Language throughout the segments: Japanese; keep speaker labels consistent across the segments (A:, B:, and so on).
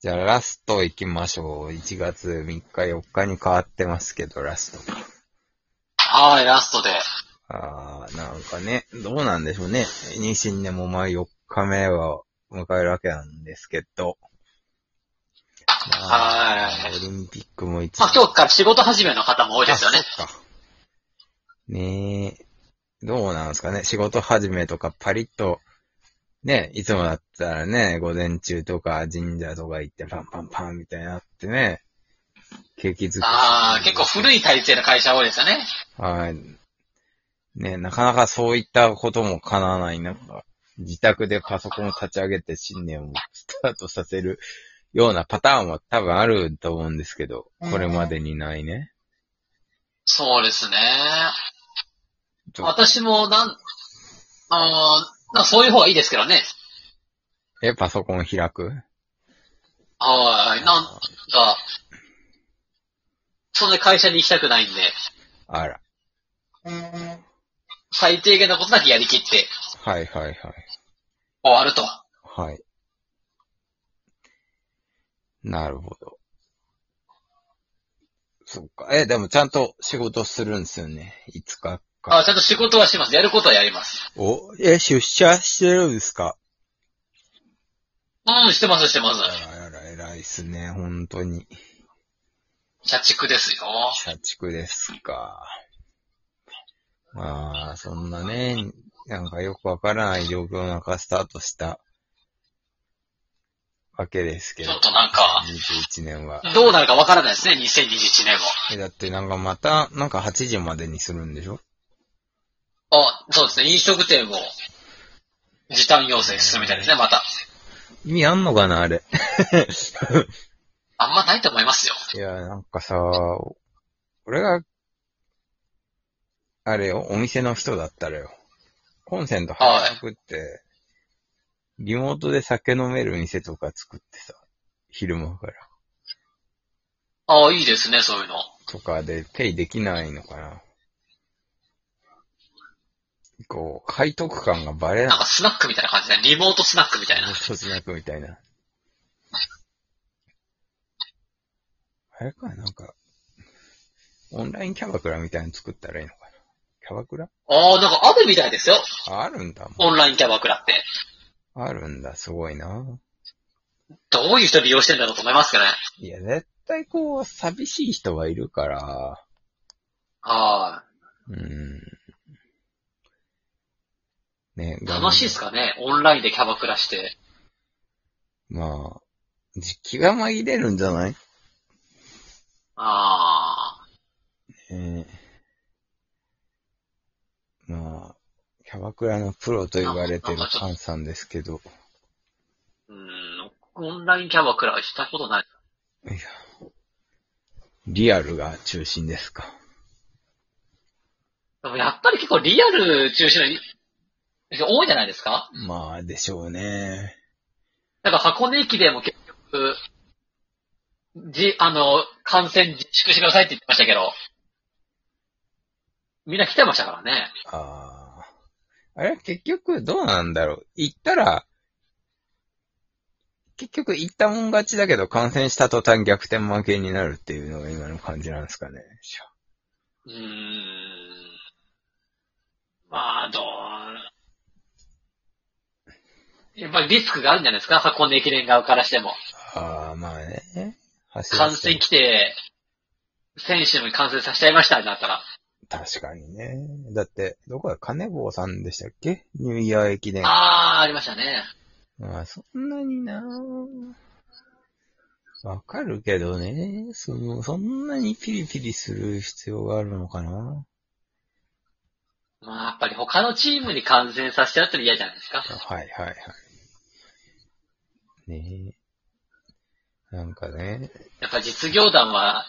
A: じゃあラスト行きましょう。1月3日4日に変わってますけど、ラスト。
B: はい、ラストで。
A: あー、なんかね、どうなんでしょうね。ニシンでもまあ4日目は迎えるわけなんですけど。ま
B: は
A: オリンピックも一
B: まあ今日から仕事始めの方も多いですよね。
A: あそっか。ねえ、どうなんですかね。仕事始めとかパリッと、ね、いつもだったらね、午前中とか神社とか行ってパンパンパンみたいになってね、景気づく。
B: ああ、結構古い体制の会社多いですよね。
A: はい。ね、なかなかそういったことも叶わない中、自宅でパソコンを立ち上げて新年をスタートさせるようなパターンは多分あると思うんですけど、これまでにないね。
B: そうですね。
A: ちょ
B: 私もなん、あーなんかそういう方がいいですけどね。
A: え、パソコン開く
B: はい、なんか、そんな会社に行きたくないんで、
A: あら。
B: 最低限のことだけやりきって
A: はいはいはい。
B: 終わると。
A: はい。なるほど。そっか。え、でもちゃんと仕事するんですよね。5日
B: あー
A: 間。
B: ちゃんと仕事はします。やることはやります。
A: お、え、出社してるんですか
B: うん、してます、してます。
A: あらあら、偉いっすね。本当に。
B: 社畜ですよ。
A: 社畜ですか。まあ、そんなね、なんかよくわからない状況の中スタートしたわけですけ
B: ち
A: ど
B: ょっ。となんか、
A: 21年は。
B: どうなるかわからないですね、2021年も。
A: え、だってなんかまた、なんか8時までにするんでしょ
B: あ、そうですね、飲食店を時短要請するみたいですね、また。
A: 意味あんのかなあれ。
B: あんまないと思いますよ。
A: いや、なんかさ、俺が、あれよ、お店の人だったらよ、コンセント入らなくって、リモートで酒飲める店とか作ってさ、昼間から。
B: ああ、いいですね、そういうの。
A: とかでペイできないのかな。こう、背徳感がバレ
B: な
A: なん
B: かスナックみたいな感じで、リモートスナックみたい
A: い。
B: な。
A: 一つなくみたいな。あれか、なんか、オンラインキャバクラみたいなの作ったらいいのかな。キャバクラ
B: ああ、なんかあるみたいですよ。
A: ああるんだもん。
B: オンラインキャバクラって。
A: あるんだ、すごいな。
B: どういう人利用してんだろうと思いますけどね。
A: いや、絶対こう、寂しい人はいるから、
B: は
A: うん。ね、
B: い。楽しいですかねオンラインでキャバクラして。
A: まあ、じ気が紛れるんじゃない
B: ああ。
A: えーまあ、キャバクラのプロと言われてるカンさんですけど、
B: うん、オンラインキャバクラしたことない。
A: いやリアルが中心ですか。
B: でもやっぱり結構リアル中心の、多いじゃないですか
A: まあ、でしょうね。
B: なんか箱根駅でも結局、じ、あの、感染自粛してくださいって言ってましたけど、みんな来てましたからね。
A: ああ。あれは結局どうなんだろう。行ったら、結局行ったもん勝ちだけど感染した途端逆転負けになるっていうのが今の感じなんですかね。
B: うーん。まあ、どう、やっぱりリスクがあるんじゃないですか箱根駅伝側からしても。
A: ああ、まあね。走ら
B: 感
A: せ
B: 染来て、選手も感染させちゃいましたになったら。
A: 確かにね。だって、どこだ、金坊さんでしたっけニューイヤー駅伝。あ
B: ああ、ありましたね。
A: あ、そんなになわかるけどね。その、そんなにピリピリする必要があるのかな
B: まあ、やっぱり他のチームに感染させちゃうっての嫌じゃないですか。
A: はいはいはい。ねえ。なんかね、
B: やっぱ実業団は、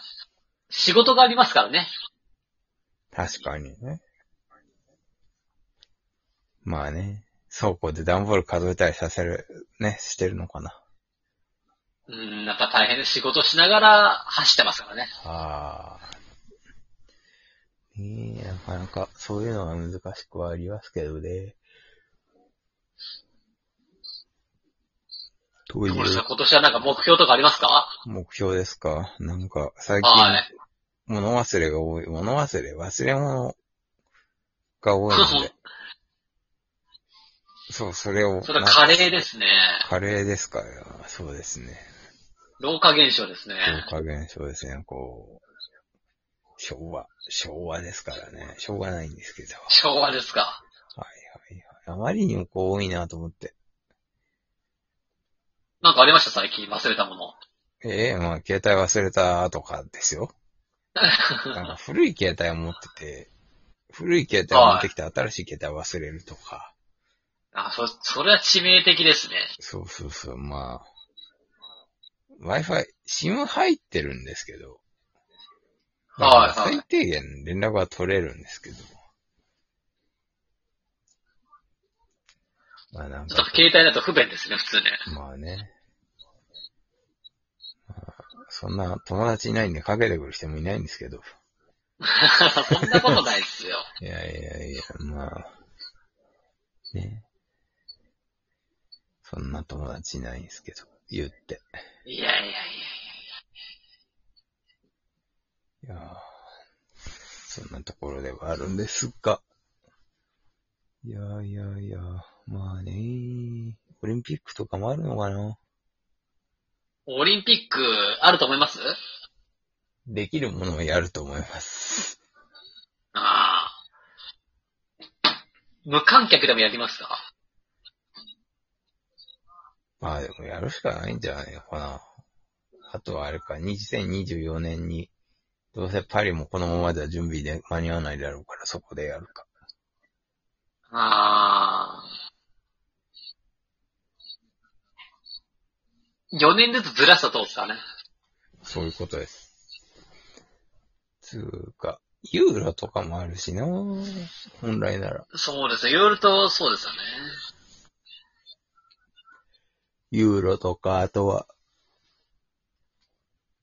B: 仕事がありますからね。
A: 確かにね。まあね、倉庫で段ボール数えたりさせる、ね、してるのかな。
B: うん、やっぱ大変です。仕事しながら走ってますからね。
A: ああ。ねえ、なかなか、そういうのは難しくはありますけどね。どうい
B: どうです
A: う
B: か今年はなんか目標とかありますか
A: 目標ですかなんか、最近、
B: はい。
A: 物忘れが多い。物忘れ、忘れ物が多いので。そう、それを。
B: それは
A: なん
B: カレーですね。
A: カレーですかそうですね。
B: 老化現象ですね。
A: 老化現象ですね、こう。昭和、昭和ですからね。しょうがないんですけど。
B: 昭和ですか。
A: はいはいはい。あまりにもこう多いなと思って。
B: なんかありました最近忘れたもの。
A: ええまあ、携帯忘れたとかですよ。なんか古い携帯を持ってて、古い携帯を持ってきて新しい携帯を忘れるとか。
B: あ、そ、それは致命的ですね。
A: そうそうそう、まあ。Wi-Fi、SIM 入ってるんですけど。
B: はいはい
A: だから最低限連絡は取れるんですけど。まあなん
B: ちょっと
A: か、
B: 携帯だと不便ですね、普通ね。
A: まあね。まあそんな友達いないんでかけてくる人もいないんですけど。
B: そんなことないっすよ。
A: いやいやいや、まあ。ね。そんな友達いないんですけど、言って。
B: いやいやいや。
A: いやーそんなところではあるんですが。いやいやいや、まあねオリンピックとかもあるのかな
B: オリンピックあると思います
A: できるものをやると思います。
B: ああ。無観客でもやりますか
A: まあでもやるしかないんじゃないのかな。あとはあれか、2024年に、どうせパリもこのままでは準備で間に合わないだろうからそこでやるか。
B: ああ。4年ずつずらしたらどうですかね。
A: そういうことです。つうか、ユーロとかもあるしな本来なら。
B: そうですね。いろいろとそうですよね。
A: ユーロとか、あとは、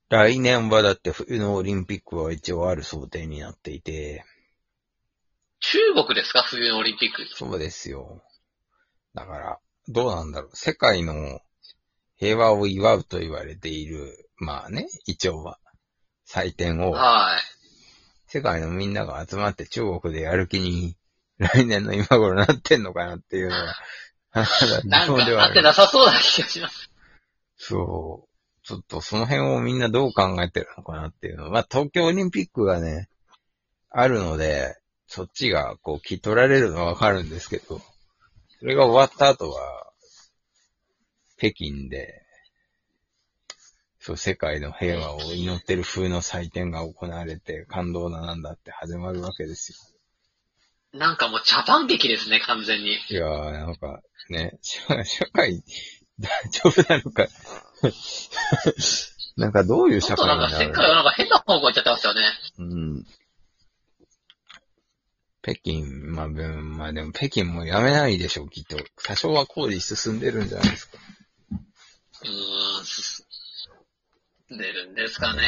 A: 来年はだって冬のオリンピックは一応ある想定になっていて、
B: 中国ですか冬のオリンピック。
A: そうですよ。だから、どうなんだろう。世界の平和を祝うと言われている、まあね、一応は、祭典を、
B: はい。
A: 世界のみんなが集まって中国でやる気に、来年の今頃なってんのかなっていうの は、
B: なんか、
A: 疑問では
B: な
A: あ
B: って
A: る。
B: なさそうな気がします。
A: そう。ちょっとその辺をみんなどう考えてるのかなっていうのは、まあ東京オリンピックがね、あるので、そっちがこう気取られるのはわかるんですけど、それが終わった後は、北京で、そう、世界の平和を祈ってる風の祭典が行われて、感動だなんだって始まるわけですよ。
B: なんかもう茶番劇ですね、完全に。
A: いやー、なんか、ね、社社会、大丈夫なのか。 なんかどういう
B: ちょ
A: 社
B: っと
A: 会
B: な
A: なん
B: か世
A: の
B: 界はなんか変な方向行っちゃってますよね。
A: うん。北京、まあ、ぶんまあでも北京もやめないでしょう、きっと。多少は工事進んでるんじゃないですか。
B: うーん、す出るんですかね。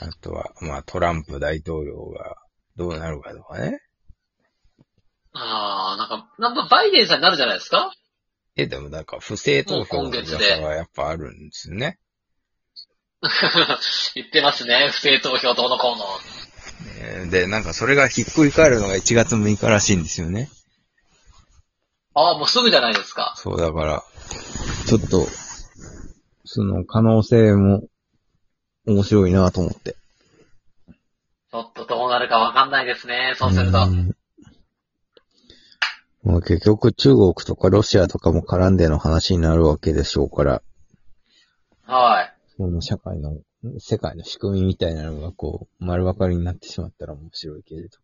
A: あとは、まあトランプ大統領がどうなるかとかね。
B: ああ、なんか、なんかバイデンさんになるじゃないですか
A: え、でもなんか不正投票の
B: もう今月
A: 噂
B: で
A: はやっぱあるんですよね。
B: 言ってますね。不正投票どうのこうの。
A: えーで、なんかそれがひっくり返るのが1月6日らしいんですよね。
B: ああ、もうすぐじゃないですか。
A: そう、だから、ちょっと、その可能性も面白いなと思って。
B: ちょっとどうなるかわかんないですね。そうすると。
A: んまあ結局中国とかロシアとかも絡んでの話になるわけでしょうから、
B: はい。
A: この社会の、世界の仕組みみたいなのがこう、丸分かりになってしまったら面白いけれど。
B: ち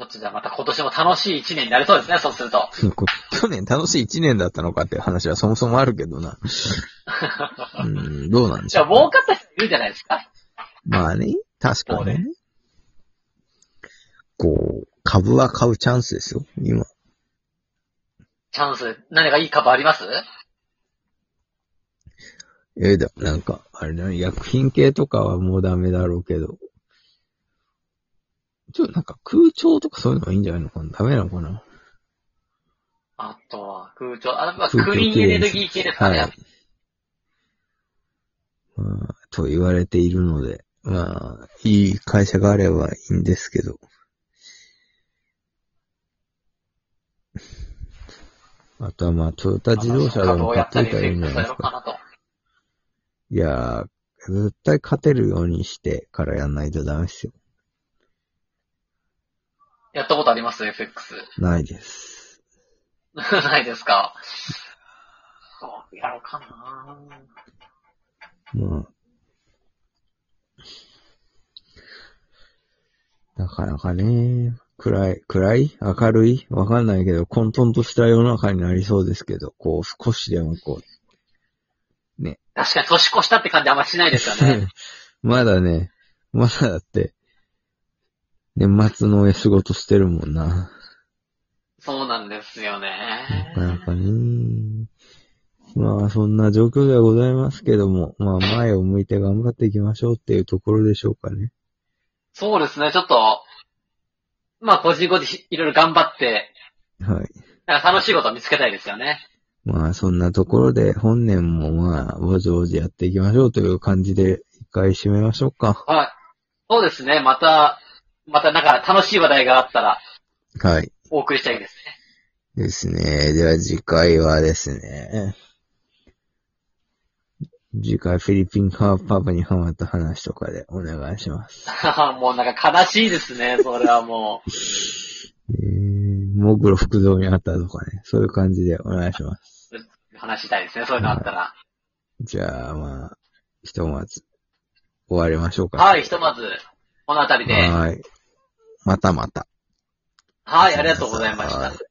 B: ょっとじゃあまた今年も楽しい一年になりそうですね。そうすると。
A: こ去年楽しい一年だったのかっていう話はそもそもあるけどな。 うん、どうなんでし
B: じゃ
A: ょ
B: あ
A: う、
B: 儲かった人いるじゃないですか。
A: まあね、確かに
B: そう
A: ね。こう、株は買うチャンスですよ、今。
B: チャンス、何かいい株あります
A: ええだ、なんか、あれだね、薬品系とかはもうダメだろうけど。ちょ、なんか空調とかそういうのがいいんじゃないのかなダメなのかな
B: あとは、空調、あ、まあ、
A: 空調
B: クリーンエネルギー系ですかね。
A: はいまあ、と言われているので、まあ、いい会社があればいいんですけど。 あとはまあ、トヨタ自動車でも買っといたらいいんじゃないですか。
B: なと。
A: いやー、絶対勝てるようにしてからやんないとダメですよ。
B: やったことあります ?FX。
A: ないです。
B: ないですかそうやろうかな
A: まあ。なかなかね、暗い、暗い明るいわかんないけど、混沌とした世の中になりそうですけど、こう少しでもこ
B: 確かに年越したって感じあんましないですよ ね。
A: う、まだね、まだだって、年末の仕事してるもんな。
B: そうなんですよね
A: な。かなかね。まあ、そんな状況ではございますけども、まあ、前を向いて頑張っていきましょうっていうところでしょうかね。
B: そうですね、ちょっと、まあ、個人個人いろいろ頑張って、
A: はい。
B: なんか楽しいことを見つけたいですよね。
A: まあ、そんなところで、本年もまあ、ぼちぼちやっていきましょうという感じで、一回締めましょうか。
B: はい。そうですね、また、またなんか楽しい話題があったら、
A: はい。
B: お送りしたいですね。
A: ですね。では、次回はですね。次回、フィリピンカーパブにハマった話とかでお願いします。
B: もうなんか悲しいですね、それはもう。
A: えー、モグロ福蔵にあったとかね、そういう感じでお願いします。
B: 話したいですね、そういうのあったら。
A: じゃあ、まあ、ひとまず、終わりましょうか。
B: はい、ひとまず、このあたりで。
A: はい。またまた。
B: はい、ありがとうございまし
A: は
B: た
A: い。